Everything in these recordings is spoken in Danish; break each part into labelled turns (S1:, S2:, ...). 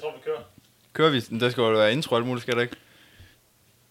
S1: tror, vi kører.
S2: Kører vi? Der skal jo være intro og alt muligt, skal der ikke?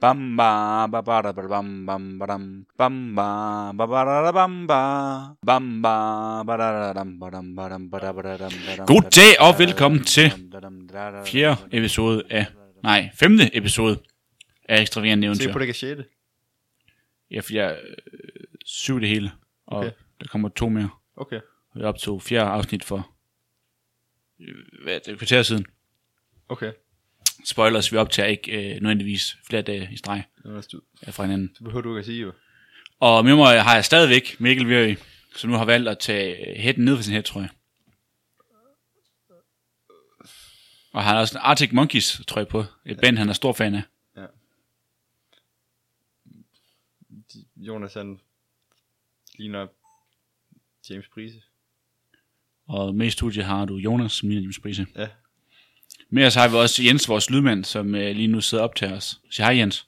S3: bam ba ba badabadabam bam badam bam ba ba badadadam ba bam ba badadadam badam badam badabadadam badam
S4: God dag og
S3: badam,
S4: velkommen til
S3: badam, badam, dadadadam,
S4: Fjerde
S3: badam.
S4: episode af... Nej, femte episode af Ekstravagant
S2: Se
S4: Eventyr.
S2: på det gashette.
S4: Ja, for jeg øh, syv det hele. Og
S2: Okay.
S4: der kommer to mere.
S2: Okay.
S4: Og jeg optog fjerde afsnit for... øh, Hvad, er det et kvarter siden.
S2: Okay.
S4: Spoilers, vi optager ikke øh, nødvendigvis flere dage i streg
S2: Det var næsten ud.
S4: øh, fra hinanden.
S2: Det behøver du ikke at sige, jo.
S4: Og med mig har jeg stadigvæk Mikkel Virø, som nu har valgt at tage hætten ned for sin hæt, tror jeg. Og han har også en Arctic Monkeys trøje på. Et band, han er stor fan af.
S2: De- Jonas, han ligner James Prise.
S4: Og med i studiet har du Jonas, som ligner James Price.
S2: Ja.
S4: Med os har vi også Jens, vores lydmand, som øh, lige nu sidder op til os. Sig hej, Jens.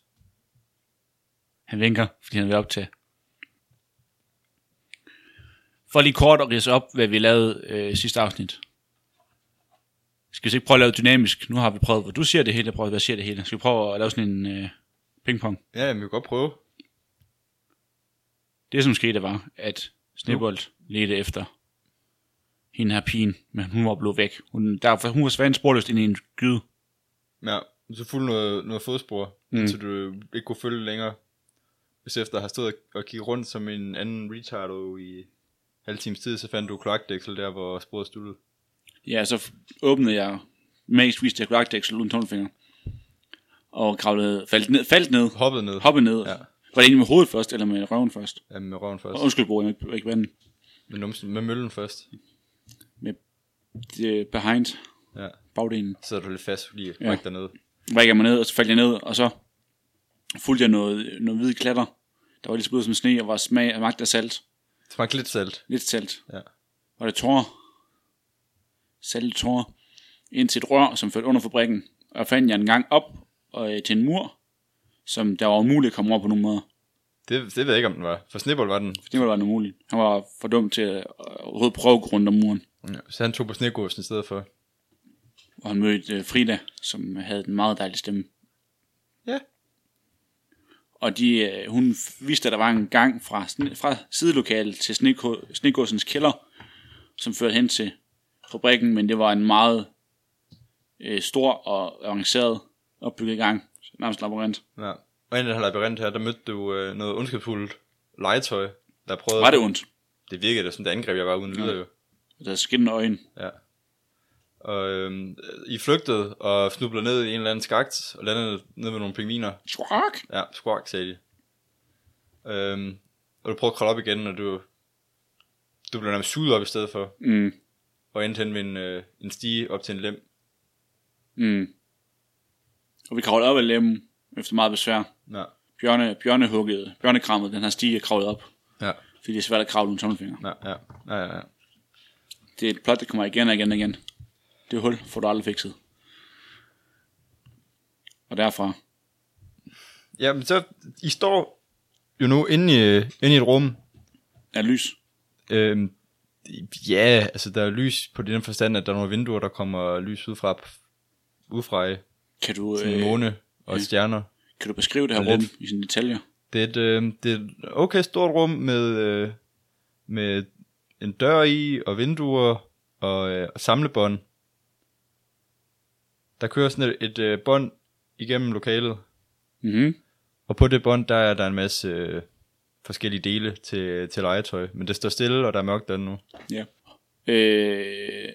S4: Han vinker, fordi han vil op til. For lige kort at rise op, hvad vi lavede øh, sidste afsnit. Skal vi så ikke prøve at lave det dynamisk? Nu har vi prøvet, hvor du siger det hele, jeg prøver, hvad jeg siger det hele. Skal vi prøve at lave sådan en øh, pingpong?
S2: Ja, men vi kan godt prøve.
S4: Det, som skete, var, at Snebold ledte efter hende her pigen, men hun var blevet væk. Hun, der, hun var svandt sporløst ind i en gyde.
S2: Ja, så fuld noget, noget fodspor, mm. så du ikke kunne følge længere. Hvis efter at have stået og kigget rundt som en anden retardo i halv times tid, så fandt du kloakdæksel der, hvor sporet sluttede.
S4: Ja, så f- åbnede jeg magisk vist til kloakdæksel uden tommelfinger. Og kravlede, faldt ned, faldt ned
S2: Hoppede ned.
S4: hoppede ned.
S2: Ja.
S4: Ja. Var det egentlig med hovedet først, eller med røven først?
S2: Ja, med røven først.
S4: Og undskyld, Bo, jeg må ikke, ikke vandet.
S2: Med, numsen, med møllen først.
S4: Det er behind,
S2: Ja.
S4: bagdelen.
S2: Så sidder du lidt fast, fordi jeg
S4: Ja.
S2: ja. dernede.
S4: Rækker jeg mig ned, og så faldt jeg ned, og så fulgte jeg noget, noget hvide klatter. Der var lidt spødt som sne, og var smag af magt af salt.
S2: Smagte lidt salt.
S4: Lidt salt.
S2: Ja.
S4: Var det tårer? Salt tårer. Ind til et rør, som førte under fabrikken. Og fandt jeg en gang op og, øh, til en mur, som der var umuligt at komme over på nogen måde.
S2: Det, det ved jeg ikke, om den var. For Snibbold var den.
S4: Det var være umuligt. Han var for dum til at øh, overhovedet prøve at gå rundt om muren.
S2: Ja. Så han tog på snegåsen i stedet for.
S4: Og han mødte øh, Frida, som havde en meget dejlig stemme.
S2: Ja.
S4: Og de, øh, hun f- viste, at der var en gang fra, sne- fra sidelokalet til sneko- snegåsens kælder, som førte hen til fabrikken, men det var en meget øh, stor og avanceret opbygget gang. Nærmest labyrint.
S2: ja. Og inden den her labyrint her, der mødte du øh, noget ondskabsfuldt legetøj, der prøvede...
S4: Var det ondt?
S2: Det virkede da som det angreb, jeg var uden lyder jo.
S4: Der er skinnende øjne.
S2: Ja. Og øhm, I flygtede og snublede ned i en eller anden skagt, og landede ned med nogle pingviner.
S4: Squawk!
S2: Ja, squawk, sagde de. Øhm, og du prøvede at kravle op igen, og du, du blev nærmest suget op i stedet for,
S4: Mm,
S2: og endte hen ved en, øh, en stige op til en lem.
S4: mm. Og vi kravlede op ad lemmen efter meget besvær.
S2: Ja.
S4: bjørne, bjørnehugget, bjørnekrammet, den her stige er kravlet op,
S2: Ja,
S4: fordi det er svært at kravle uden tommelfinger.
S2: ja, ja, ja, ja, ja.
S4: Det er et plot, der kommer igen og igen og igen. Det hul får du aldrig fikset. Og derfra,
S2: Jamen, så I står jo nu inde i, øh, inde i et rum.
S4: er lys.
S2: Øhm, ja, altså der er lys på den forstand, at der er nogle vinduer, der kommer lys ud fra, ud fra øh,
S4: Kan du,
S2: sådan en
S4: øh,
S2: måne og stjerner.
S4: kan du beskrive det her
S2: Ja,
S4: rum
S2: lidt.
S4: i sine detaljer?
S2: Det er et, øh, det er et okay stort rum med, øh, med en dør i og vinduer og, øh, og samlebånd. Der kører sådan et, et øh, bånd igennem lokalet. Mm-hmm.
S4: Mhm.
S2: Og på det bånd, der er der en masse øh, forskellige dele til, til legetøj. Men det står stille, og der er mørkt derinde nu.
S4: Ja. Øh,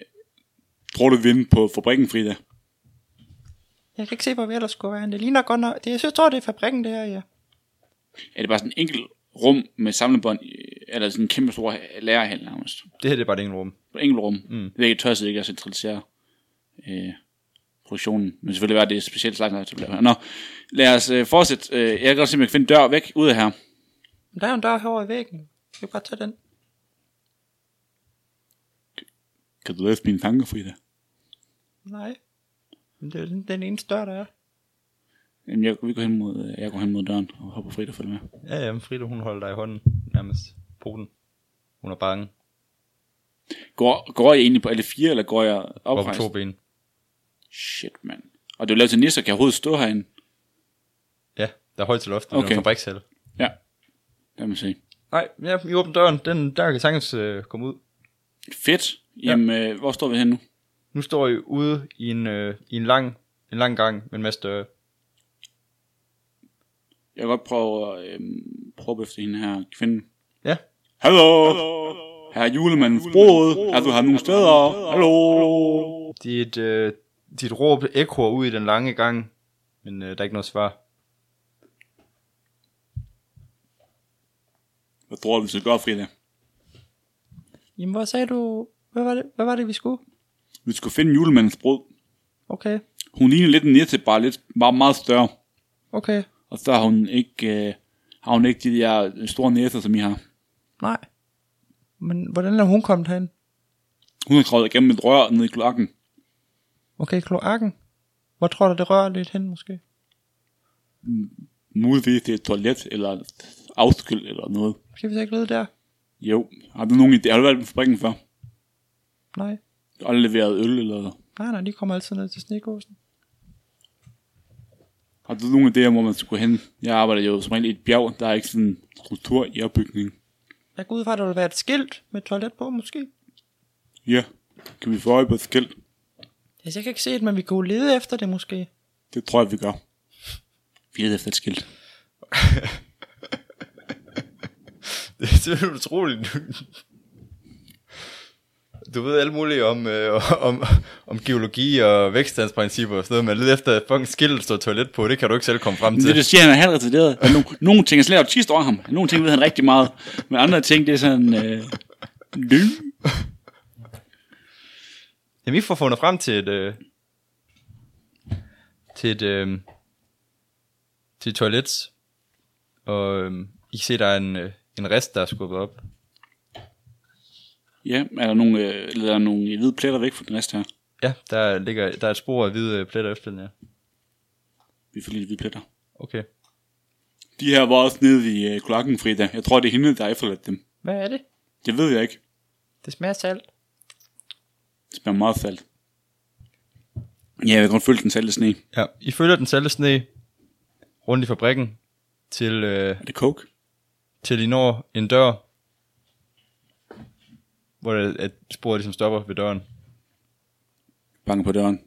S4: tror du vinde på fabrikken, Frida?
S5: Jeg kan ikke se, hvor vi ellers skulle være. henne. Det ligner godt nok... Det, jeg synes, tror, det er fabrikken, det her, ja.
S4: Er det bare sådan en enkelt rum med samlebånd, øh, eller sådan en kæmpe stor lærerhal nærmest?
S2: Det her det er bare et enkelt rum.
S4: På enkelt rum. Mm. Det er ikke tørset ikke at centralisere øh, produktionen. Men selvfølgelig var det et specielt slags aktiv. Nå, lad os øh, fortsætte. Øh, Jeg kan godt se, om jeg kan finde en dør væk ud af her.
S2: Men der er jo en dør herovre i væggen. Skal vi bare tage den?
S4: Kan du læse mine tanker, Frida?
S2: Nej. Men det er jo den, den eneste dør, der er.
S4: Jamen, jeg, vi går hen mod, øh, jeg går hen mod døren og hopper Frida følge med.
S6: Ja, ja, men Frida, hun holder dig i hånden, nærmest poten. Hun er bange.
S4: Går, går jeg egentlig på alle fire, eller går jeg
S6: Går på
S4: oprejst?
S6: to ben.
S4: Shit, mand. Og det er jo lavet til nisser, kan jeg overhovedet stå herinde?
S6: Ja, der er højt til loftet, okay. det
S4: Okay.
S6: er en fabrikshal.
S4: Ja, lad mig se.
S6: Nej, ja, I åbner døren, den der kan sagtens øh, komme ud.
S4: Fedt. Jamen, ja. øh, hvor står vi henne nu?
S6: Nu står I ude i en, øh, i en, lang, en lang gang med en masse døre.
S4: Jeg kan godt prøve at øh, prøve efter hende her kvinde.
S6: Ja,
S4: Hallo! Her er julemandens brud. Er du her nogle steder? Hallo!
S6: dit, øh, dit råb ekoer ud i den lange gang, men øh, der er ikke noget svar.
S4: Hvad tror du, vi skal gøre, Frida?
S2: Jamen, hvor sagde du... Hvad var det, hvad var det vi skulle?
S4: Vi skal finde julemandens brud.
S2: Okay,
S4: Hun ligner lidt en nisse, bare lidt, bare meget større.
S2: okay.
S4: Og så har hun ikke, øh, har hun ikke de der øh, store næser, som I har.
S2: Nej. Men hvordan er hun kommet hen?
S4: Hun har kravlet igennem et rør ned i klokken.
S2: Okay, kloakken. Hvor tror du, det rører lidt hen, måske?
S4: Muligvis det er et toilet, eller et afskyld, eller noget.
S2: Skal vi så ikke lede der?
S4: Jo, har du nogen idé? Har du været på fabrikken før?
S2: Nej.
S4: Du har aldrig leveret øl, eller...
S2: Nej, nej, de kommer altid ned til snegåsen.
S4: Har du nogen idé om, hvor man skulle gå hen? Jeg arbejder jo som regel i et bjerg, der er ikke sådan en struktur i opbygningen.
S2: Jeg går ud fra, at der vil være et skilt med et toilet på, måske.
S4: Ja, kan vi få øje på et skilt?
S2: Altså, jeg kan ikke se det, men vi kunne lede efter det, måske.
S4: Det tror jeg, vi gør. Vi leder efter et skilt.
S6: Det er simpelthen utroligt. Du ved alt muligt om, øh, om, om geologi og vækststandsprincipper og sådan noget, men led efter et fucking skilt, der står toilet på, det kan du ikke selv komme frem
S4: Men
S6: til.
S4: det, det siger, han er halvt retarderet. Men no, nogle ting er slet autist over ham. Nogle ting ved han rigtig meget. Men andre ting, det er sådan... Øh, lø.
S6: Jamen, I får fundet frem til et, øh, til et, øh, til et toilet, og øh,
S2: øhm,
S6: I kan se, der er en, øh, en rest, der er skubbet op.
S4: Ja, er der nogle, øh, eller er der nogle hvide pletter væk fra den næste her?
S6: Ja, der ligger der er et spor af hvide øh, pletter efter den her.
S4: Vi får lige de hvide pletter.
S6: Okay.
S4: De her var også nede i øh, kloakken, Frida. Jeg tror, det er hende, der har efterladt dem.
S2: Hvad er det?
S4: Det ved jeg ikke.
S2: Det smager af salt.
S4: Det smager meget af salt. Ja, jeg kan godt følge den salte sne.
S6: Ja, I følger den salte sne rundt i fabrikken til, øh,
S4: Er det coke?
S6: til I når en dør, hvor det, at sporet ligesom stopper ved døren.
S4: Banker på døren.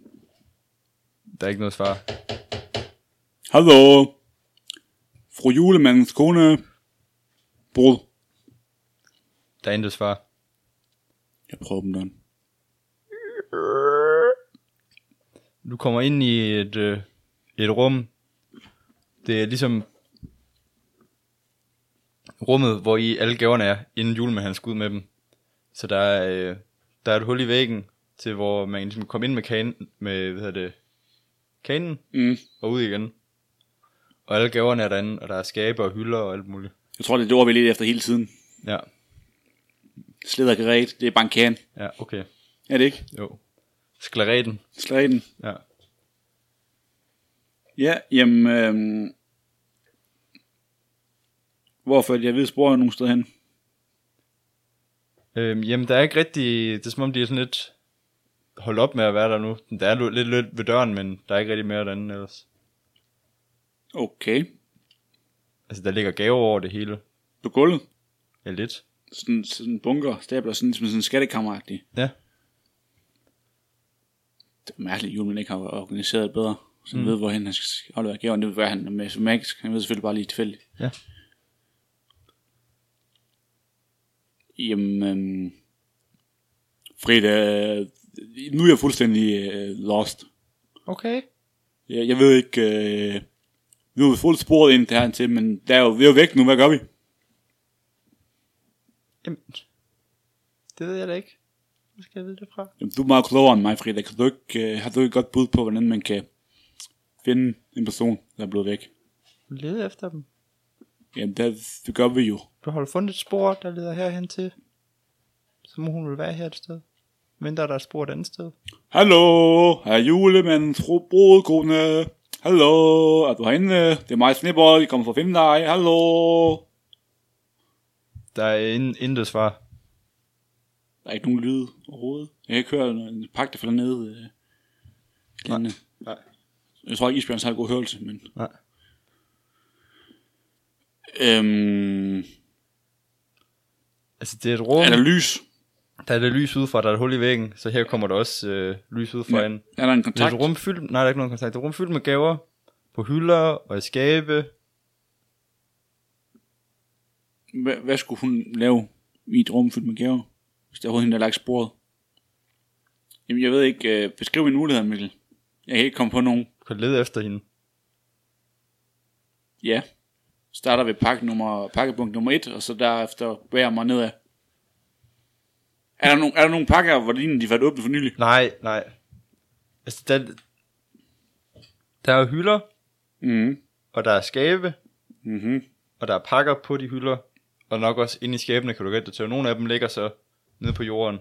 S6: Der er ikke noget svar.
S4: Hallo! Fru julemandens kone. Brud.
S6: Der er intet svar.
S4: Jeg prøver dem døren.
S6: Du kommer ind i et, øh, et rum. Det er ligesom rummet, hvor I alle gaverne er, inden julemanden han skal ud med dem. Så der er, øh, der er et hul i væggen, til hvor man ligesom kommer ind med kanen, med, hvad hedder det, kanen,
S4: Mm.
S6: og ud igen. Og alle gaverne er derinde, og der er skaber og hylder og alt muligt.
S4: Jeg tror, det er det ord, vi leder efter hele tiden.
S6: Ja,
S4: Sleder græt, det er bankan.
S6: ja, okay.
S4: Er det ikke?
S6: Jo. Sklereten.
S4: Slag den.
S6: Ja.
S4: Ja, jamen... Øhm, hvorfor jeg ved spor nogle steder hen?
S6: Øhm, jamen, der er ikke rigtig... Det er som om, de er sådan lidt holdt op med at være der nu. Der er lidt, lidt ved døren, men der er ikke rigtig mere derinde ellers.
S4: Okay.
S6: Altså, der ligger gaver over det hele.
S4: På gulvet?
S6: Ja, lidt.
S4: Sådan, sådan bunker, stabler, sådan, som sådan en skattekammer -agtig.
S6: Ja.
S4: Det er mærkeligt, at Julman ikke har organiseret det bedre. Så han mm. ved, hvorhen han skal aflevere gaven. Det vil være han er med magisk. Han ved selvfølgelig bare lige tilfældigt.
S6: Ja.
S4: Jamen, øhm, Freda, øh, nu er jeg fuldstændig øh, lost.
S2: Okay.
S4: Jeg, jeg ved ikke, øh, nu er vi fuldt sporet ind der til, men der er jo, vi er jo væk nu, hvad gør vi?
S2: Jamen, det ved jeg da ikke. Hvor skal jeg vide det fra?
S4: Jamen, du er meget klogere end mig, Frida. Kan du ikke, øh, har du ikke et godt bud på, hvordan man kan finde en person, der er blevet væk?
S2: Lede efter dem.
S4: Jamen, det, det gør vi jo.
S2: Du har jo fundet et spor, der leder herhen til. Så må hun vel være her et sted. Mindre der er et spor et andet sted.
S4: Hallo, her er julemanden, fru brudkone. Hallo, er du herinde? Det er mig, Snibbold, jeg kommer for at finde dig. Hallo.
S6: Der er in, intet svar.
S4: Der er ikke nogen lyd overhovedet. Jeg kan ikke høre når en pakke, der falder ned. Øh, nej,
S6: nej.
S4: Jeg tror ikke, Isbjørn har god hørelse, men...
S6: Nej.
S4: Øhm,
S6: Altså, det er et rum.
S4: er
S6: Er
S4: der
S6: der,
S4: lys?
S6: der er det lys udefra, der er et hul i væggen, så her kommer der også øh, lys udefra ja. ind.
S4: Er der en
S6: Det er
S4: kontakt?
S6: et rum fyldt, nej, der er ikke nogen kontakt. Det er et rum fyldt med gaver på hylder og i skabe.
S4: Hva, hvad skulle hun lave i et rum fyldt med gaver? Hvis der var hende, der lagt sporet. Jamen, jeg ved ikke. Øh, beskriv en mulighed, Mikkel. Jeg kan ikke komme på nogen.
S6: Du kan lede efter hende.
S4: Ja. Starter ved pakke nummer, pakkepunkt nummer 1, og så derefter bærer mig nedad. Er der, nogen, er der nogle pakker, hvor lignende de har været åbne for nylig?
S6: Nej, nej. Altså, der, der er hylder,
S4: Mhm.
S6: og der er skabe,
S4: Mhm.
S6: og der er pakker på de hylder, og nok også inde i skabene, kan du gætte det til. Nogle af dem ligger så nede på jorden.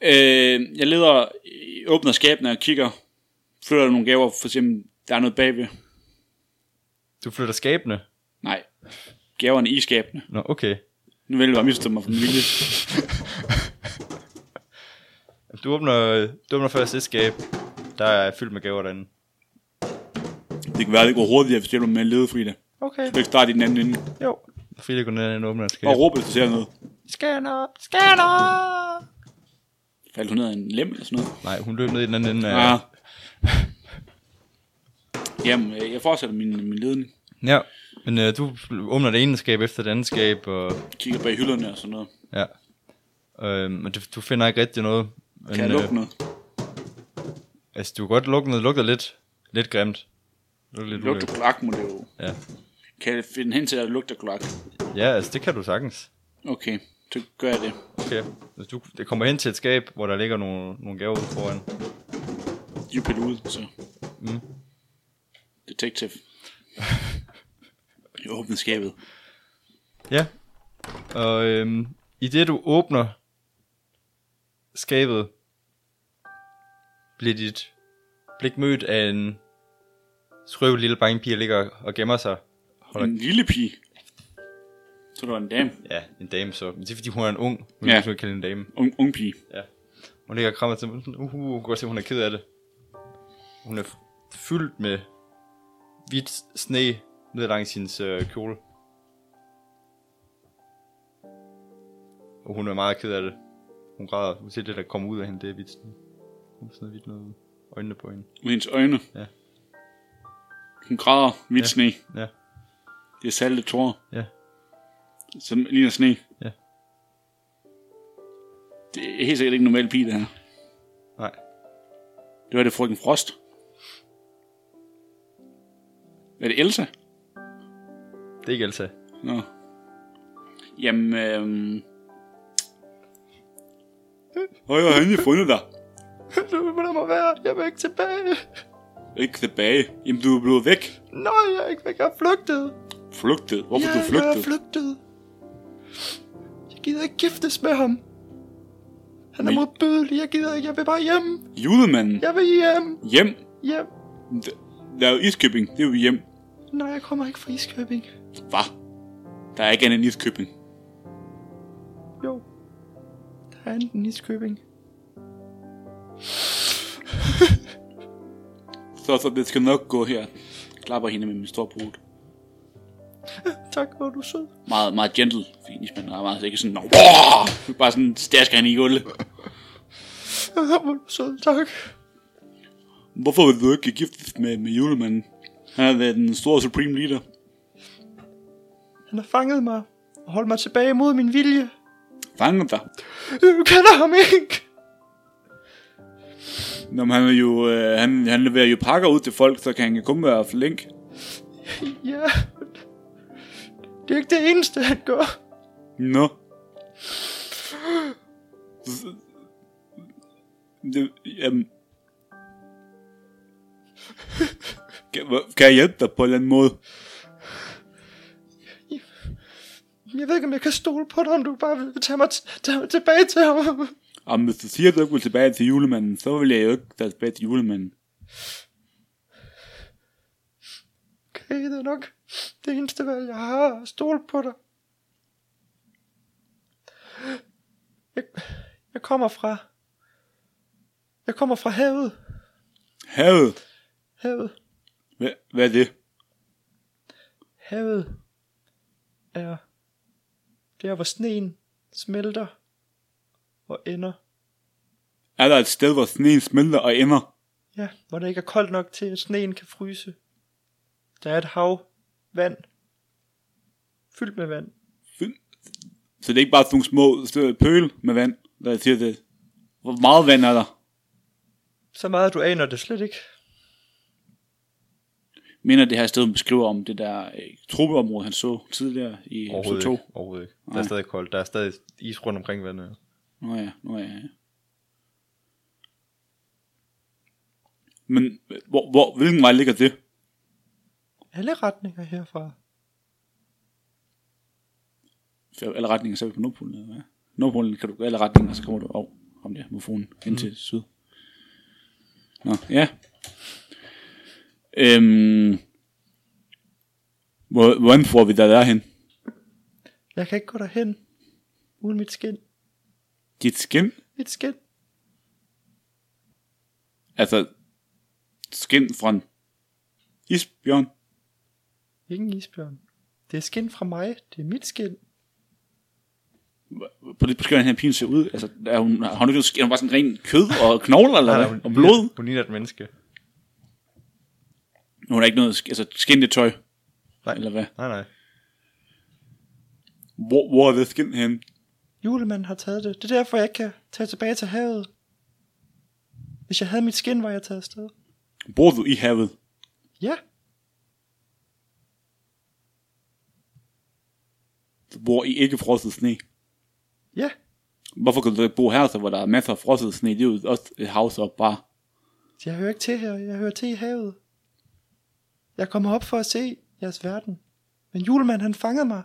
S4: Øh, jeg leder, åbner skabene og kigger. Flytter nogle gaver, for eksempel, der er noget bagved.
S6: Du flytter skabene?
S4: Nej, gaverne i skabene.
S6: Nå, okay.
S4: Nu vil jeg bare misstå mig for min vilje.
S6: Du åbner, du åbner først et skab, der er fyldt med gaver derinde.
S4: Det kan være, det går hurtigt, hvis jeg med at lede, Frida.
S2: Okay,
S4: Du kan ikke starte i den anden ende.
S2: jo.
S6: Frida går ned og åbner et skab.
S4: Bare råbe, hvis du ser noget.
S2: Scanner! Scanner!
S4: Faldt hun ned af en lem eller sådan noget?
S6: Nej, hun løb ned i den anden ende.
S4: Ja.
S6: Af...
S4: Ah. Jamen, øh, jeg fortsætter min, min ledning.
S6: Ja. Men øh, du åbner det ene skab efter det andet skab, og
S4: Kigger bag hylderne og sådan noget.
S6: ja. Øh, men du, du finder ikke rigtig noget. Men, øh,
S4: Kan jeg lukke noget?
S6: altså, du kan godt lukke noget. Det lugter lidt, lidt grimt. Det lugter lidt
S4: Lugter
S6: ulækkert.
S4: kloak må det jo.
S6: Ja.
S4: Kan jeg finde hen til, at det lugter kloak?
S6: ja, altså, det kan du sagtens.
S4: Okay, så gør jeg det.
S6: Okay. Hvis Altså, du det kommer hen til et skab, hvor der ligger nogle, nogle gaver ude foran.
S4: De er pillet ud, så.
S6: Mm.
S4: Detective. Jeg åbner skabet.
S6: Ja. Og øhm, i det du åbner skabet, bliver dit blik mødt af en skrøv lille bange der ligger og gemmer sig. Holder,
S4: En lille pige. Så der var en dame.
S6: Ja, en dame så. Men det er fordi hun er en ung, men
S4: Ja.
S6: ja. du kan kalde hende en dame.
S4: Ung, ung pige.
S6: Hun ligger og krammer til mig. Uh, hun kan godt se, hun er ked af det. Hun er f- fyldt med hvidt sne ned langs hendes øh, kjole. Og hun er meget ked af det. Hun græder. Hun ser det, der kommer ud af hende, det er hvidt sne. Hun har sådan noget hvidt noget i øjnene på hende.
S4: Med hendes øjne.
S6: Ja.
S4: Hun græder hvidt ja. sne.
S6: Ja.
S4: Det er saltet tårer.
S6: Ja.
S4: Som ligner sne.
S6: Ja.
S4: Det er helt sikkert ikke en normal pige, det her.
S6: Nej.
S4: Det var det frøken Frost. Er det Elsa?
S6: Det er ikke Elsa.
S4: Nå. Jamen, øhm... Høj, jeg har endelig fundet dig.
S6: Du vil lade mig være. Jeg vil ikke tilbage.
S4: Ikke tilbage. Jamen, du er blevet væk.
S6: Nej, jeg er ikke væk. Jeg er flygtet.
S4: Flygtet. Hvorfor
S6: ja,
S4: du
S6: jeg er
S4: flygtet?
S6: flygtet. Jeg gider ikke giftes med ham. Han er
S4: Men-
S6: modbydelig. Jeg gider ikke. Jeg vil bare hjem.
S4: Julemanden.
S6: Jeg vil hjem.
S4: Hjem.
S6: Hjem.
S4: D- Der er jo Iskøbing. Det er jo hjem.
S2: Nej, jeg kommer ikke fra Iskøbing.
S4: Hvad? Der er ikke andet end Iskøbing.
S2: Jo. Der er enten Iskøbing.
S4: Så, så det skal nok gå her. Klapper hende med min store brud.
S2: Tak, hvor er du sød.
S4: Meget, meget gentle. Fint, men der er meget ikke sådan... "Åh!" Bare sådan stasker hende i gulvet.
S2: Hvor er du sød, tak.
S4: Hvorfor vil du ikke giftes med, med julemanden? Han har været den store supreme leader.
S2: Han har fanget mig og holdt mig tilbage mod min vilje.
S4: Fanget dig.
S2: Du kender ham ikke.
S4: Nå, men han, er jo, øh, han, han leverer jo pakker ud til folk, så kan han kun være flink.
S2: Ja. Det er ikke det eneste, han gør.
S4: Nå. Det, jamen... Kan, hvor- kan jeg hjælpe dig på en eller anden måde?
S2: Jeg ved ikke, om jeg kan stole på dig, om du bare vil tage mig, t- tage mig tilbage til ham.
S4: Om hvis du siger, at du ikke vil tilbage til julemanden, så vil jeg jo ikke tage tilbage til julemanden.
S2: Okay, det er nok det eneste valg, jeg har er at stole på dig. Jeg, jeg kommer fra... Jeg kommer fra havet.
S4: Havet?
S2: Havet.
S4: Hvad, hvad er det?
S2: Havet er der, hvor sneen smelter og ender.
S4: Er der et sted, hvor sneen smelter og ender?
S2: Ja, hvor det ikke er koldt nok til, at sneen kan fryse. Der er et hav. Vand. Fyldt med vand.
S4: Så det er ikke bare sådan nogle små større pøl med vand, der jeg siger det. Hvor meget vand er der?
S2: Så meget, at du aner det slet ikke.
S4: Minder det her sted, hun beskriver om det der øh, tropeområde, han så tidligere i episode
S6: Overhovedet
S4: 2.
S6: ikke. Overhovedet ikke. Der
S4: Nej.
S6: er stadig koldt. Der er stadig is rundt omkring vandet.
S4: Nå ja, nå ja, ja. Men øh, hvor, hvor, hvilken vej ligger det?
S2: Alle retninger herfra.
S4: For alle retninger, så er vi på Nordpolen, eller hvad? Nordpolen kan du gå alle retninger, så kommer du over om der, mofonen, ind til syd. Nå, ja. Øhm, hvor, hvordan får vi der derhen?
S2: Jeg kan ikke gå derhen, uden mit skin.
S4: Dit skin?
S2: Mit skin.
S4: Altså, skin fra en isbjørn?
S2: Ikke en isbjørn. Det er skin fra mig. Det er mit skin.
S4: På det beskriver den her pige ser ud. Altså, er hun, har hun ikke noget skin? Er hun bare sådan ren kød og knogler, eller hvad? Og blod?
S6: Hun ligner et menneske.
S4: Hun har ikke noget, sk- altså skin det tøj,
S6: Nej,
S4: eller hvad?
S6: nej, nej.
S4: Hvor, hvor er det skin hen?
S2: Julemanden har taget det. Det er derfor, jeg ikke kan tage tilbage til havet. Hvis jeg havde mit skin, var jeg taget afsted.
S4: Bor du i havet?
S2: Ja,
S4: Du bor i ikke frosset sne.
S2: ja.
S4: Hvorfor kan du ikke bo her, så hvor der er masser af frosset sne? Det er jo også et hav, så bare...
S2: Jeg hører ikke til her. Jeg hører til i havet. Jeg kommer op for at se jeres verden. Men julemanden, han fangede mig.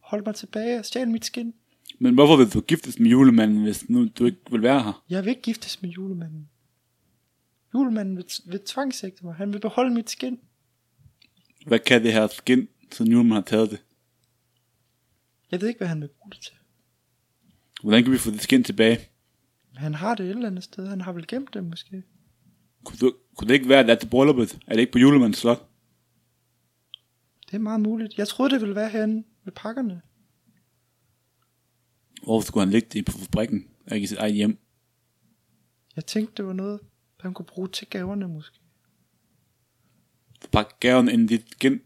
S2: Holdt mig tilbage og stjal mit skin.
S4: Men hvorfor vil du giftes med julemanden, hvis nu du ikke vil være her?
S2: Jeg vil ikke giftes med julemanden. Julemanden vil, vil tvangsægte mig. Han vil beholde mit skin.
S4: Hvad kan det her skin, siden julemanden har taget det?
S2: Jeg ved ikke, hvad han vil bruge det til.
S4: Hvordan kan vi få det skin tilbage?
S2: Han har det et eller andet sted. Han har vel gemt det måske.
S4: Kunne, du, kunne det ikke være, at det er til brylluppet? Er det ikke på julemandens slot?
S2: Det er meget muligt. Jeg troede, det ville være herinde ved pakkerne.
S4: Hvorfor skulle han ligge det på fabrikken, og ikke i sit eget hjem?
S2: Jeg tænkte, det var noget, han kunne bruge til gaverne måske.
S4: Pakke gaven ind i dit skin.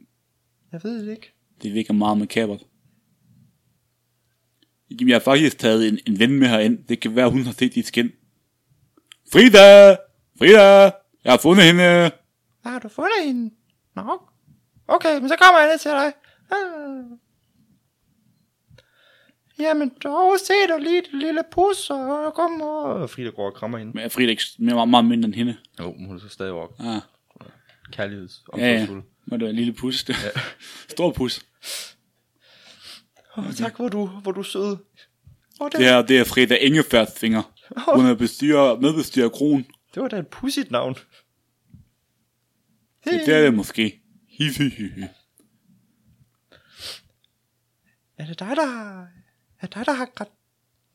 S2: Jeg ved det ikke.
S4: Det virker meget makabert. Jamen, jeg har faktisk taget en, en ven med herind. Det kan være, hun har set dit skin. Frida! Frida! Jeg har fundet hende!
S2: Ah, har du fundet hende? Nå. Okay, men så kommer jeg ned til dig. Ah. Jamen dog, se dig lige, det lille pus, og kom og...
S6: Og Frida går og krammer hende.
S4: Men er Frida ikke s- mere, meget, meget mindre end hende?
S6: Jo, men hun er så stadig op.
S4: Ah,
S6: Kærligheds.
S4: ja, ja. Må det være en lille pus. Ja. Stor pus.
S2: Oh, tak, hvor du, hvor du er sød. Oh, det,
S4: Det her, det er Frida Ingefærds finger. Hun er bestyrer, medbestyrer kronen.
S2: det var da et pudsigt navn.
S4: Det er der, det måske. Hi, hi, hi, hi.
S2: Er det dig, der har... Er det dig, der har grædt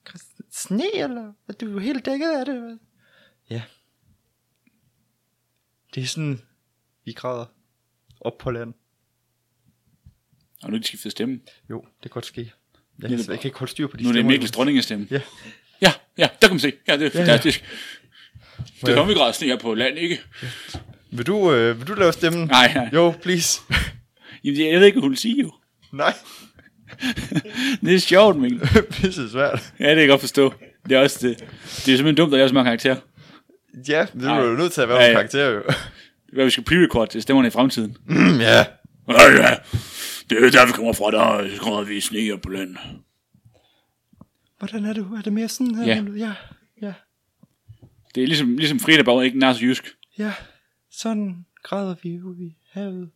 S2: grædt sne, eller? Er du jo helt dækket af det? eller?
S6: Det er sådan, vi græder op på land.
S4: Har du ikke skiftet stemme?
S6: Jo, det kan godt ske. Jeg,
S4: Lille-
S6: jeg, jeg kan ikke holde styr på de
S4: Nu er det
S6: stemmer
S4: Mikkels dronningens stemme.
S6: Ja.
S4: Ja, ja, der kan man se. Ja, det er fantastisk. Det
S6: Ja.
S4: kommer vi grad sne her på land, ikke?
S6: Vil du, øh, vil du lave stemmen?
S4: Nej, nej.
S6: Jo, please.
S4: Jamen, jeg jeg ved ikke, hvad hun vil sige jo.
S6: Nej,
S4: Det er sjovt, Mikkel.
S6: pisse svært.
S4: Ja, det kan jeg godt forstå. Det er også det. Det er simpelthen dumt, at jeg har så mange karakterer.
S6: Ja, men det er du
S4: Nej.
S6: jo nødt til at være
S4: Ja,
S6: ja,
S4: ja.
S6: karakter jo.
S4: Hvad vi skal pre-record til stemmerne i fremtiden.
S6: Mm, ja.
S4: Ja, ja. Det er der, vi kommer fra. Der kommer vi sne her på land.
S2: Hvordan er du? Er det mere sådan her?
S4: Ja.
S2: eller- ja. ja.
S4: Det er ligesom, ligesom Frida Borg, ikke nær så jysk.
S2: Ja, sådan græder vi ud i havet.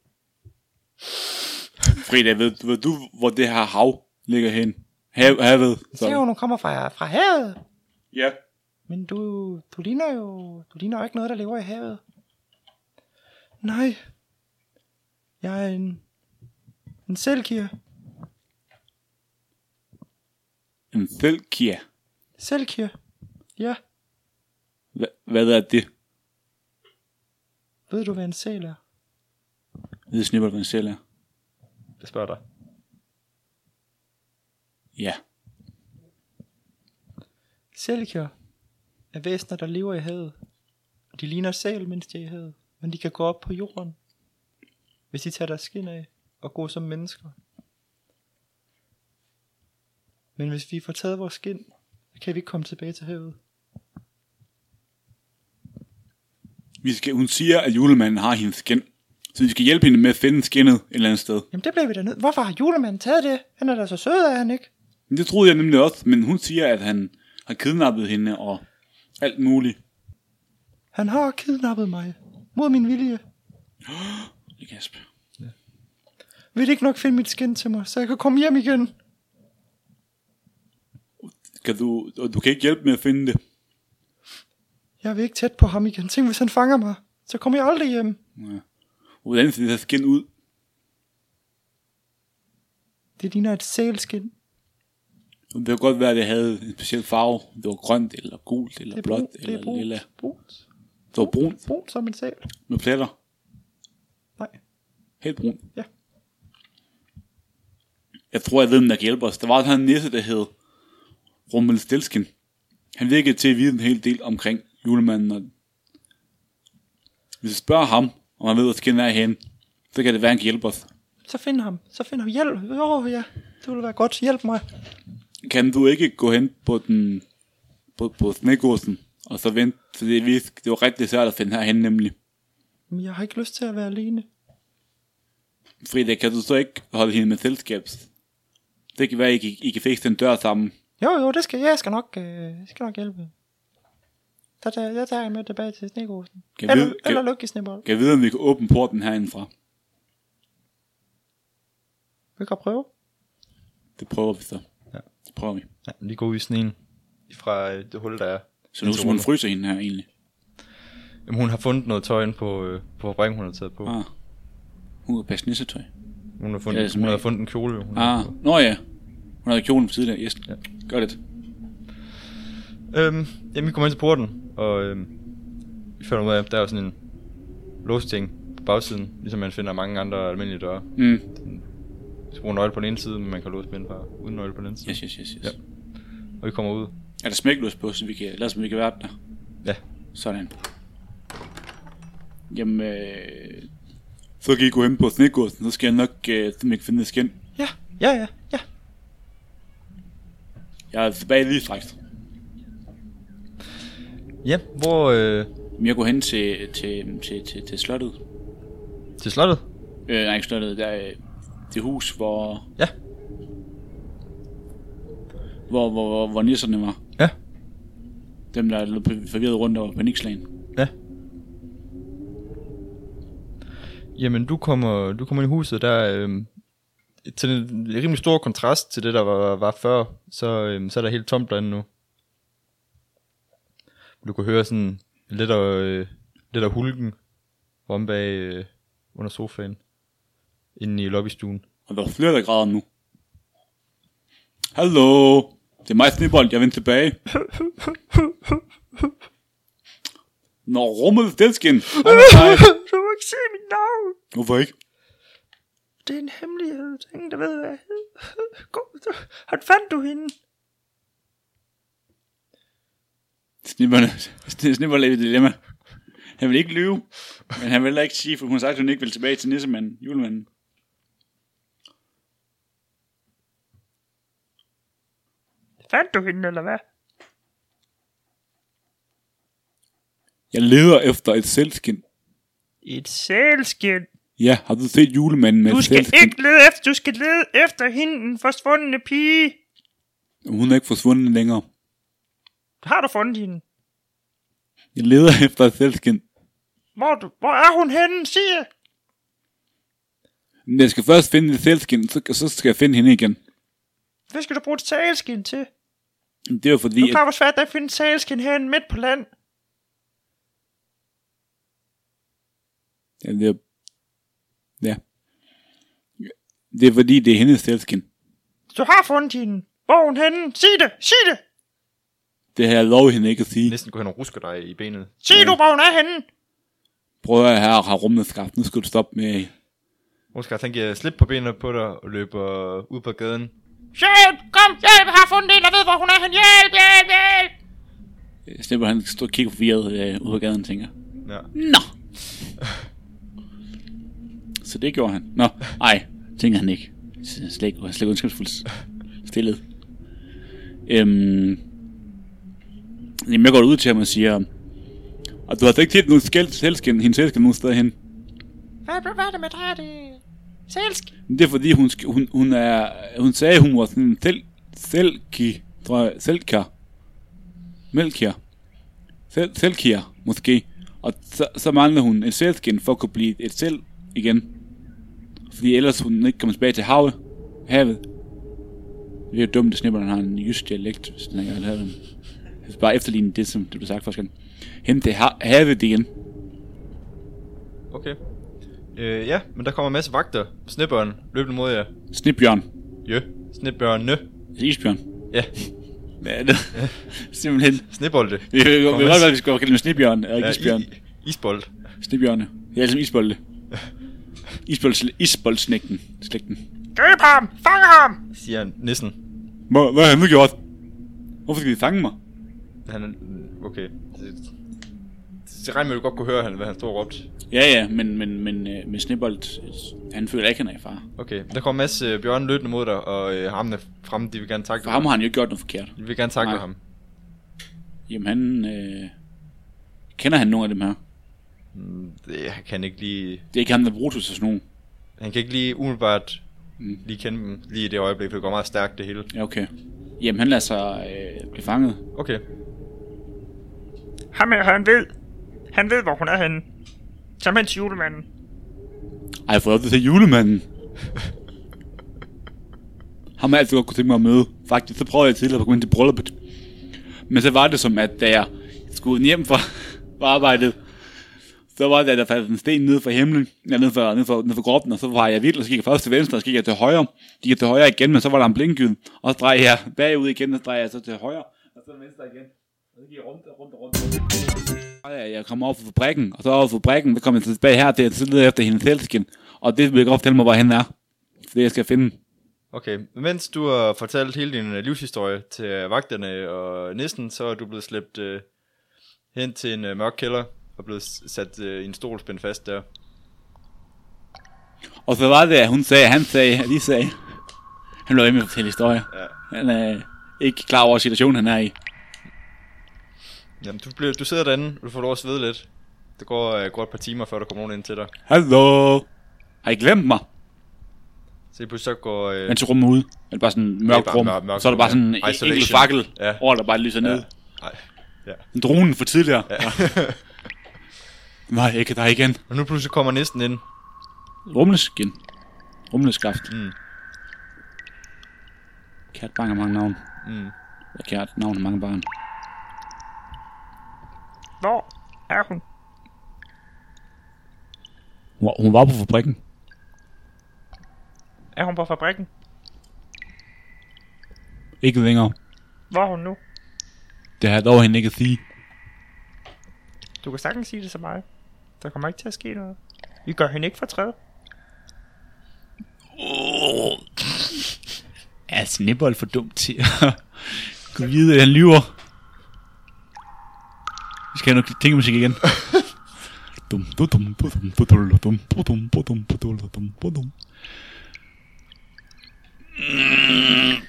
S4: Frida, ved, ved du, hvor det her hav ligger hen? Hav, havet.
S2: Se,
S4: Så.
S2: hun kommer fra, fra havet.
S4: Ja.
S2: Men du, du ligner jo du ligner jo ikke noget, der lever i havet. Nej. Jeg er en, en selvkir.
S4: En felkia.
S2: Selvkir. Ja,
S4: Hva- Hvad er det?
S2: ved du, hvad en sæl er?
S4: Ved Snibbold, hvad en sæl er?
S6: Jeg spørger dig.
S4: Ja.
S2: Sælger er væsener, der lever i havet. De ligner sæl, mens de er i havet. Men de kan gå op på jorden, hvis de tager deres skin af og går som mennesker. Men hvis vi får taget vores skin, så kan vi ikke komme tilbage til havet.
S4: Vi skal, hun siger, at julemanden har hendes skin. Så vi skal hjælpe hende med at finde skinnet et eller andet sted.
S2: Jamen det bliver vi da nødt. Hvorfor har julemanden taget det? Han er da så sød, er han ikke?
S4: Men det troede jeg nemlig også, men hun siger, at han har kidnappet hende og alt muligt.
S2: Han har kidnappet mig. Mod min vilje.
S4: Kasper.
S2: Vil de ikke nok finde mit skin til mig, så jeg kan komme hjem igen?
S4: Kan du, og du kan ikke hjælpe med at finde det.
S2: Jeg vil ikke tæt på ham igen. Tænk, hvis han fanger mig. Så kommer jeg aldrig hjem.
S4: Hvordan ser det her skin ud?
S2: Det ligner et sælskin.
S4: Det kunne godt være, at det havde en speciel farve. Det var grønt, eller gult, eller
S2: Det er
S4: blåt,
S2: brunt, det er
S4: eller
S2: brunt,
S4: lilla.
S2: brunt,
S4: Det var brunt
S2: brunt som en sæl.
S4: med pletter.
S2: Nej,
S4: Helt brun.
S2: Ja.
S4: Jeg tror, jeg ved, hvem der kan hjælpe os. Der var sådan en nisse, der hed Rummel Stilskin. Han virkede til at vide en hel del omkring julemanden. Og... Hvis vi spørger ham, om han ved, hvor skinnet er henne, så kan det være, han kan hjælpe os.
S2: så find ham, så find ham. Hjælp, åh oh, ja, det ville være godt, hjælp mig.
S4: Kan du ikke gå hen på den på, på snegåsen, og så vente, for det, vi- det var rigtig svært at finde herhen nemlig.
S2: Men jeg har ikke lyst til at være alene.
S4: Frida, kan du så ikke holde hende med selskabs? Det kan være, at I, I kan fikse den dør sammen.
S2: Jo, jo, det skal jeg, skal nok, øh, jeg skal nok hjælpe. Der, der, jeg tager jeg med tilbage til snegosen.
S4: Kan vi-
S2: Eller,
S4: kan-
S2: eller lukke i snebold.
S4: Kan jeg vide, om vi kan åbne porten herindefra?
S2: Vi kan prøve.
S4: Det prøver vi så.
S6: Ja.
S4: Det prøver vi.
S6: Ja, lige gå ud i sneen fra øh, det hul, der er.
S4: Så nu
S6: Indtil
S4: som hun
S6: rummet.
S4: fryser hende her egentlig.
S6: Jamen, hun har fundet noget tøj inde på, øh, på fabrikken, hun har taget på.
S4: Ah. Hun kan passe nissetøj.
S6: Hun har
S4: Ja, det
S6: fundet,
S4: er
S6: hun har
S4: smag.
S6: fundet en kjole, jo, hun har
S4: Ah,
S6: på.
S4: nå ja. Hun havde kjolen på siden af. Yes.
S6: Ja.
S4: Ja. Gør det.
S6: Øhm, jamen, vi kommer ind til porten, og øhm, vi finder ud af, at der er jo sådan en låsting på bagsiden, ligesom man finder mange andre almindelige døre.
S4: Mm.
S6: Man skal bruge en nøgle på den ene side, men man kan låse dem ind fra uden nøgle på den anden side.
S4: Yes, yes, yes, yes.
S6: Ja.
S4: Ja.
S6: Og vi kommer ud.
S4: Er der smækløs på, så vi kan, lad os, vi kan være der.
S6: Ja,
S4: Sådan. Jamen, øh... Så kan I gå hen på snegåsen, så skal jeg nok øh, se, om jeg kan finde det skin.
S2: Ja, ja, ja, ja.
S4: Jeg er tilbage lige straks.
S6: ja hvor øh,
S4: Men jeg går hen til, til, til, til, til slottet.
S6: til slottet.
S4: Øh, nej, ikke slottet. Der, er, øh, det hus, hvor...
S6: Ja.
S4: Hvor, hvor, hvor, hvor nisserne var.
S6: Ja.
S4: Dem, der løb forvirret rundt over panikslagen.
S6: Jamen, du kommer, du kommer ind i huset, der øh, til en rimelig stor kontrast til det, der var, var før, så, øh, så er der helt tomt derinde nu. Du kan høre sådan lidt af, øh, lidt af hulken om bag øh, under sofaen, inde i lobbystuen.
S4: Og der er flere, der græder nu. Hallo! Det er mig, Snibbold. Jeg vender tilbage. Nå, rummet delskin. Oh, nej.
S2: Du må ikke sige mit navn.
S4: Hvorfor ikke?
S2: Det er en hemmelighed. Der er ingen, der ved, hvad jeg hedder. Gå, du- Hvordan fandt du hende?
S4: Snibbold, Snibbold er i et dilemma. Han vil ikke lyve, men han vil heller ikke sige, for hun har sagt, at hun ikke vil tilbage til nissemanden, julemanden.
S2: Fandt du hende, eller hvad?
S4: Jeg leder efter et selskin.
S2: Et sælskin.
S4: Ja, har du set julemanden med
S2: Du
S4: et
S2: skal
S4: selskin?
S2: ikke lede efter, du skal lede efter hende, den forsvundne pige.
S4: Hun er ikke forsvundet længere.
S2: Har du fundet hende?
S4: Jeg leder efter et sælskind.
S2: Hvor, du, hvor er hun henne, siger
S4: Men jeg skal først finde et sælskind, så, så skal jeg finde hende igen.
S2: Hvad skal du bruge et sælskin til?
S4: Men Det var
S2: Du
S4: fordi,
S2: er klar, hvor svært det er at finde et sælskin herinde midt på land.
S4: at, jeg, ja. Det er fordi, det er hendes sælskind.
S2: Du har fundet hende. Hvor er hun henne? Sig det, sig det.
S4: Det har jeg lovet hende ikke at sige.
S6: Næsten gå hen og ruske dig i benet.
S2: Sig ja. du, hvor hun er henne.
S4: Prøv at her har rummet skabt. Nu skal du stoppe med...
S6: Oscar, han giver slip på benene på dig og løber ud på gaden.
S2: Hjælp, kom, hjælp, jeg har fundet en, der ved, hvor hun er henne. Hjælp, hjælp, hjælp.
S4: Øh, Snipper han står og kigger forvirret øh, ud på gaden, tænker.
S6: Ja.
S4: Nå. Så det gjorde han. Nå, ej, tænker han ikke. S- Slet ikke, slet ikke ondskabsfuldt stillet. Øhm, jamen, jeg går ud til ham og siger, og du har altså ikke tit nogen skæld, selskind, hendes selskind nogen steder hen.
S2: Hvad, hvad er det med dig? Er det sælskin?
S4: Men det er fordi, hun, sk- hun, hun, er, hun sagde, hun var sådan en sel, selki, tror jeg, selkar. Melkir. Sel, selkir, måske. Og så, så manglede hun et sælskind for at kunne blive et sel igen. Fordi ellers hun ikke kommer tilbage til havet. havet. Det er jo dumt, at snipperen har en jysk dialekt, hvis den ikke har lært dem. Jeg skal bare efterligne det, som det blev sagt forskellen. Hen til ha- havet igen.
S6: Okay. Øh, ja, men der kommer en masse vagter. Snibøren løbende mod jer.
S4: Snibjørn.
S6: Jø. Snibørnene.
S4: Isbjørn.
S6: Ja.
S4: Hvad er det? Simpelthen.
S6: Snibolde.
S4: Vi kan
S6: Kom,
S4: godt
S6: Mads.
S4: være, at vi skal kalde dem snebjørn, og ikke isbjørn.
S6: i- Isbold.
S4: Snebjørne. Det er altid isbolde. Isbold, isboldsnægten. Slægten.
S2: Grib ham, fang ham.
S6: Siger han. Nissen.
S4: Hvad, hvad har han nu gjort? Hvorfor skal de fange mig?
S6: Han er... Okay. Det, det regner med, at du godt kunne høre, han, hvad han stod og råbte.
S4: Ja, ja, men, men, men øh, med Snebold, øh, han føler ikke, han er i fare.
S6: Okay, der kommer en masse øh, bjørne løbende mod dig, og øh, armene fremme, de vil gerne takle
S4: For ham har han jo ikke gjort noget forkert.
S6: De vil gerne takle
S4: Nej.
S6: ham.
S4: Jamen, han... Øh, kender han nogen af dem her?
S6: Det, han kan ikke lige...
S4: Det er ikke ham, der er Brutus og sådan nogen.
S6: Han kan ikke lige umiddelbart
S4: Mm.
S6: lige kende dem lige i det øjeblik, for det går meget stærkt det hele.
S4: Ja, okay. Jamen, han lader sig øh, blive fanget.
S6: Okay,
S2: Ham her, han ved. Han ved, hvor hun er henne. Tag med til julemanden.
S4: Ej, for det til julemanden. Ham har jeg altid godt kunne tænke mig at møde. Faktisk, så prøvede jeg tidligere at komme ind til brylluppet. Men så var det som, at da jeg skulle hjem fra, fra arbejdet, så var det, at der faldt en sten ned fra himlen, ja, ned fra, ned fra, ned fra grotten, og så var jeg vildt, og så gik jeg først til venstre, og så gik jeg til højre, gik jeg til højre igen, men så var der en blinkgyde, og så drejede jeg bagud igen, og så drejede jeg så til højre, og så venstre igen, og så gik jeg rundt og rundt og rundt. Jeg jeg kom over fra fabrikken, og så over fra fabrikken, så kom jeg tilbage her til, så leder jeg efter hendes selskin. Og det vil jeg godt fortælle mig, hvor han er. For det jeg skal finde.
S6: okay. Mens du har fortalt hele din øh, livshistorie til øh, vagterne og næsten, så er du blevet slæbt øh, hen til en øh, mørk kælder og blevet s- sat øh, i en stol spændt fast der.
S4: Og så var det, at hun sagde, han sagde, at de sagde. Han blev ved med at fortælle historier.
S6: Ja.
S4: Han er ikke klar over situationen, han er i.
S6: Jamen, du, bliver, du sidder derinde, og du får lov at svede lidt. Det går øh, godt et par timer, før der kommer nogen ind til dig.
S4: Hallo? Har I glemt mig?
S6: Så lige pludselig så går... Øh,
S4: Men så rummet ude. Er det bare sådan en mørk
S6: bare
S4: rum?
S6: mørk- mørk
S4: så er der bare
S6: rum,
S4: sådan en
S6: ja.
S4: enkelt
S6: Isolation.
S4: fakkel
S6: Ja.
S4: over, der bare lyser ned.
S6: Ej, ja.
S4: Dronen for tidligere. Ja. Nej, ikke dig igen.
S6: Og nu pludselig kommer næsten ind.
S4: Rumleskin. Rumleskaft.
S6: Mm.
S4: Kært barn har mange navne.
S6: Mm.
S4: Og kært navn har mange barn.
S2: Hvor er hun?
S4: Hun var- Hun var på fabrikken.
S2: Er hun på fabrikken?
S4: Ikke længere.
S2: Hvor er hun nu?
S4: Det har jeg dog hende ikke at sige.
S2: Du kan sagtens sige det til mig. Der kommer ikke til at ske noget. Vi gør hende ikke fortræd.
S3: Er
S4: altså
S3: Snibbold for dum til at kunne vide, at han lyver?
S4: Vi skal have noget tænkemusik igen.
S3: Dum, dum, dum, dum, dum, dum, dum, dum, dum, dum, dum, dum, dum, dum, dum.
S4: Mm.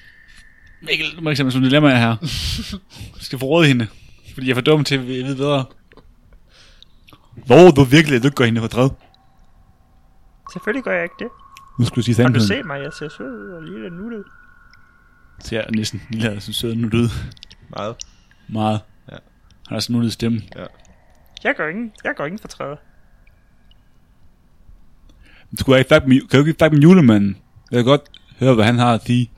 S4: Mikkel, du må ikke se mig som dilemma her. Du skal forråde hende. Fordi jeg er for dum til at vide bedre.
S3: Hvor du virkelig lykker hende for træd?
S2: Selvfølgelig gør jeg ikke det.
S3: Nu skal du sige
S2: Har du
S3: sandheden.
S2: set mig? Jeg ser sød ud og lige lidt nuttet.
S4: Så jeg er næsten lige lader sådan sød nu ud.
S6: Meget.
S4: Meget.
S6: Ja.
S4: Han har sådan nuttet stemme.
S6: Ja.
S2: Jeg går ingen, jeg går ingen for træder.
S1: Du kan, ikke snakke med, kan du ikke snakke med julemanden? Jeg kan godt høre, hvad han har at sige.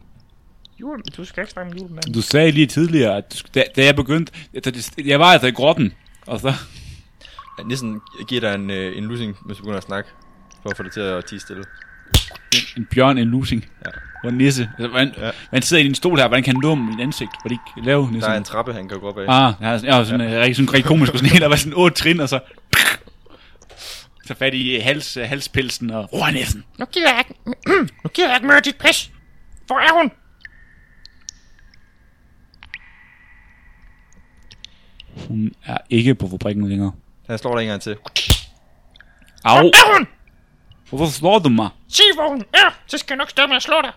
S2: Jule, du skal ikke snakke om julemanden.
S1: Du sagde lige tidligere, at du, sk- da, da jeg begyndte... Da, det- jeg var altså i grotten, og så...
S6: Jeg næsten giver dig en, øh, en losing, hvis du begynder at snakke, for at få det til at tige stille.
S1: En bjørn, en lusing,
S6: Ja.
S1: og en nisse. Altså, hvordan,
S6: Ja.
S1: ja. man sidder i din stol her, hvordan kan han nå mit ansigt? Hvordan kan de lave
S6: Der
S1: nissen?
S6: er en trappe, han kan gå op ad.
S1: Ah, jeg har sådan, jeg har sådan, ja. rigtig, sådan rigtig komisk, og sådan en, der var sådan otte trin, og så... Så fat i hals, halspelsen og ror næsen.
S2: Nu giver jeg ikke, nu giver jeg ikke mere dit pis. Hvor er hun?
S1: Hun er ikke på fabrikken længere.
S6: Han slår dig en gang til.
S1: Au,
S2: Hvor er hun?
S1: hvorfor slår du mig?
S2: Sig, hvor hun er, så skal jeg nok stoppe med at slå dig.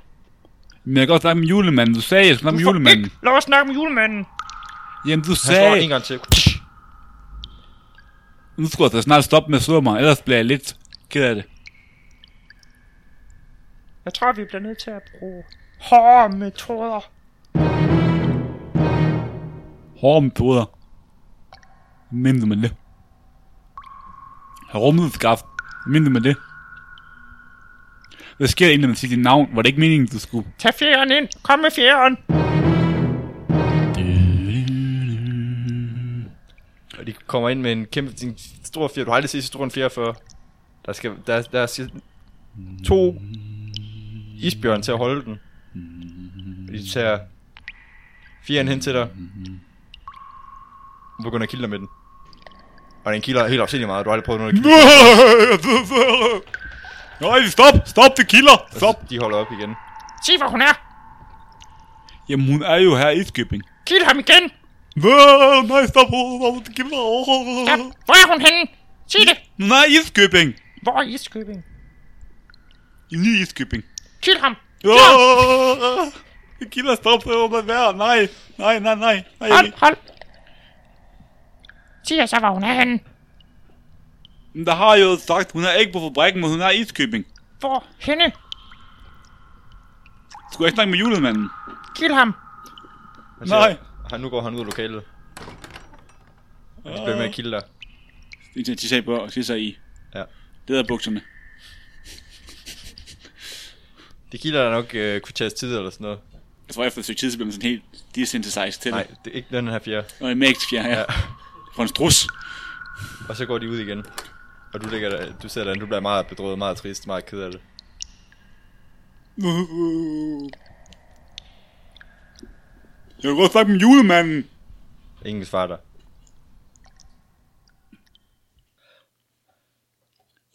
S1: Men jeg kan godt snakke med julemanden. Du sagde, jeg skulle snakke med julemanden.
S2: Ikke lov at snakke om julemanden.
S1: Jamen, du
S6: Han slår dig en
S1: sagde,
S6: gang til.
S1: nu skulle jeg da snart stoppe med at slå mig, ellers bliver jeg lidt ked af det.
S2: Jeg tror, vi bliver nødt til at bruge hårde metoder.
S1: Hårde metoder. Mindre man det. Har rummet skaft. Mindre man det. Hvad sker der egentlig, når man siger dit navn? Var det ikke meningen, du skulle?
S2: Tag fjeren ind. Kom med fjeren.
S6: Og de kommer ind med en kæmpe, en stor fjer. Du har aldrig set så stor en fjer før. Der skal, der, der skal to isbjørn til at holde den. Og de tager fjeren hen til dig. Og begynder at kilde dig med den. Og den kilder helt afsindelig meget. Du har aldrig prøvet noget at kilde.
S1: Nej, stop! Stop, det kilder! Stop!
S6: De holder op igen.
S2: Sig, hvor hun er.
S1: Jamen, hun er jo her i Skøbing.
S2: Kild ham igen.
S1: Nej, stop! Det kilder!
S2: Ja. Hvor er hun henne? Sig det.
S1: Nej, Iskøbing!
S2: Hvor er Iskøbing?
S1: I ny Iskøbing.
S2: Kill ham.
S1: Det kilder, stop! Det var værd! Nej, nej, nej, nej!
S2: Hold, hold. Sig os så, hvor hun er henne.
S1: Men der har jeg jo sagt, hun er ikke på fabrikken, men hun er i Iskøbing.
S2: Hvor henne?
S1: Skulle jeg ikke snakke med julemanden?
S2: Kill ham.
S6: Han siger,
S1: Nej.
S6: Han, nu går han ud af lokalet. Og de bliver med at kilde dig.
S4: De de sagde på, de sagde i.
S6: Ja.
S4: Det er bukserne.
S6: Det kilder der nok øh, kvarters tid eller sådan noget.
S4: Jeg tror, efter et stykke tid, så bliver man sådan helt desynthesized til
S6: Nej,
S4: det.
S6: det er ikke den her fjerde.
S4: Og en mægt fjerde her.
S6: Ja.
S4: Ja. For en strus.
S6: Og så går de ud igen. Og du, ligger der, du sidder derinde, du bliver meget bedrøvet, meget trist, meget ked af det.
S1: Jeg kan godt snakke med julemanden.
S6: Ingen svarer dig.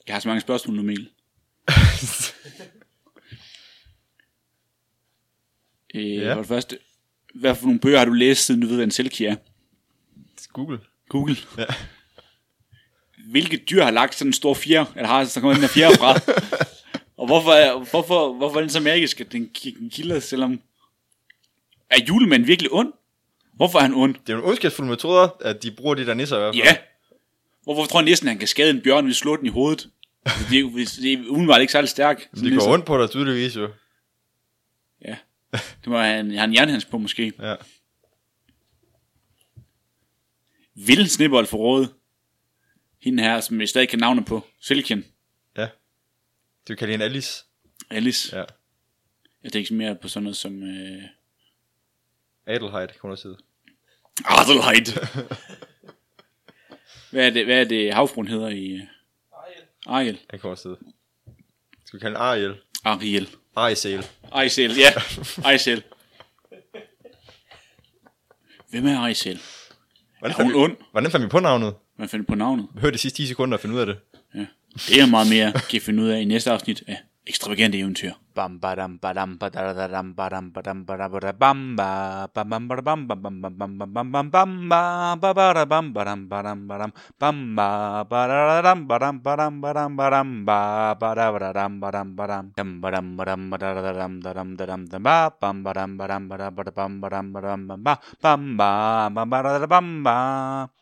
S4: Jeg har så mange spørgsmål nu, Mikkel. øh,
S6: Ja.
S4: ja. For det første, hvad for nogle bøger har du læst, siden du ved, hvad en selkie er?
S6: Google.
S4: Google.
S6: Ja.
S4: Hvilke dyr har lagt sådan en stor fjer, eller har så kommet den her fjer fra? Og hvorfor er, hvorfor, hvorfor er den så magisk, at den, ki- den kilder, selvom... Er julemanden virkelig ond? Hvorfor er han ond?
S6: Det er jo en ondskabsfuld metoder, at de bruger de der nisser i hvert fald.
S4: Ja. Hvorfor tror næsten, han kan skade en bjørn, hvis slår den i hovedet? Altså, Det er, jo- det er umiddelbart ikke særlig stærk.
S6: Men det går ondt på dig tydeligvis jo.
S4: Ja. Det må han, han har en jernhands på måske.
S6: Ja.
S4: Vil Snibbold få råd? Hende her, som vi stadig kan navne på. Silken.
S6: ja. Du kan lide en Alice.
S4: Alice. Ja.
S6: Ja.
S4: Jeg tænker mere på sådan noget som... Øh...
S6: Adelheid, kan hun også hedde.
S4: Adelheid. hvad er det, hvad er det havfruen hedder i... øh, Ariel.
S6: Han kan også hedde. Skal vi kalde hende Ariel?
S4: Ariel.
S6: Ariel.
S4: Ariel, ja. Ariel. Hvem er Ariel?
S6: Hvordan
S4: Er
S6: fandt
S4: hun
S6: vi-
S4: ond?
S6: Hvordan fandt vi på navnet?
S4: Man finder på navnet.
S6: Hør de sidste 10 sekunder og finde ud af det.
S4: Ja. Det er meget mere, kan I finde ud af i næste afsnit af Ekstravagante Eventyr.
S3: Bam badam badam badadadam badam badam badabadabam ba bam bam badabam bam bam bam bam bam bam bam bam ba ba badabam badam badam badam bam ba badadadam badam badam badam badam ba badabadam badam badam dam badam badam badadadam dadam dadam dam ba bam badam badam badabadabam badam badam bam ba bam ba bam badadabam ba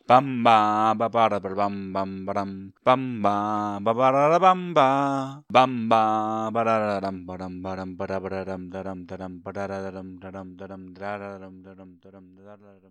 S3: bam ba ba ba da ba bam bam ba dam bam ba ba ba da da bam ba bam ba ba da da dam ba dam ba dam ba da ba da dam da dam da dam ba da da dam da dam da dam da da dam da dam da dam da da dam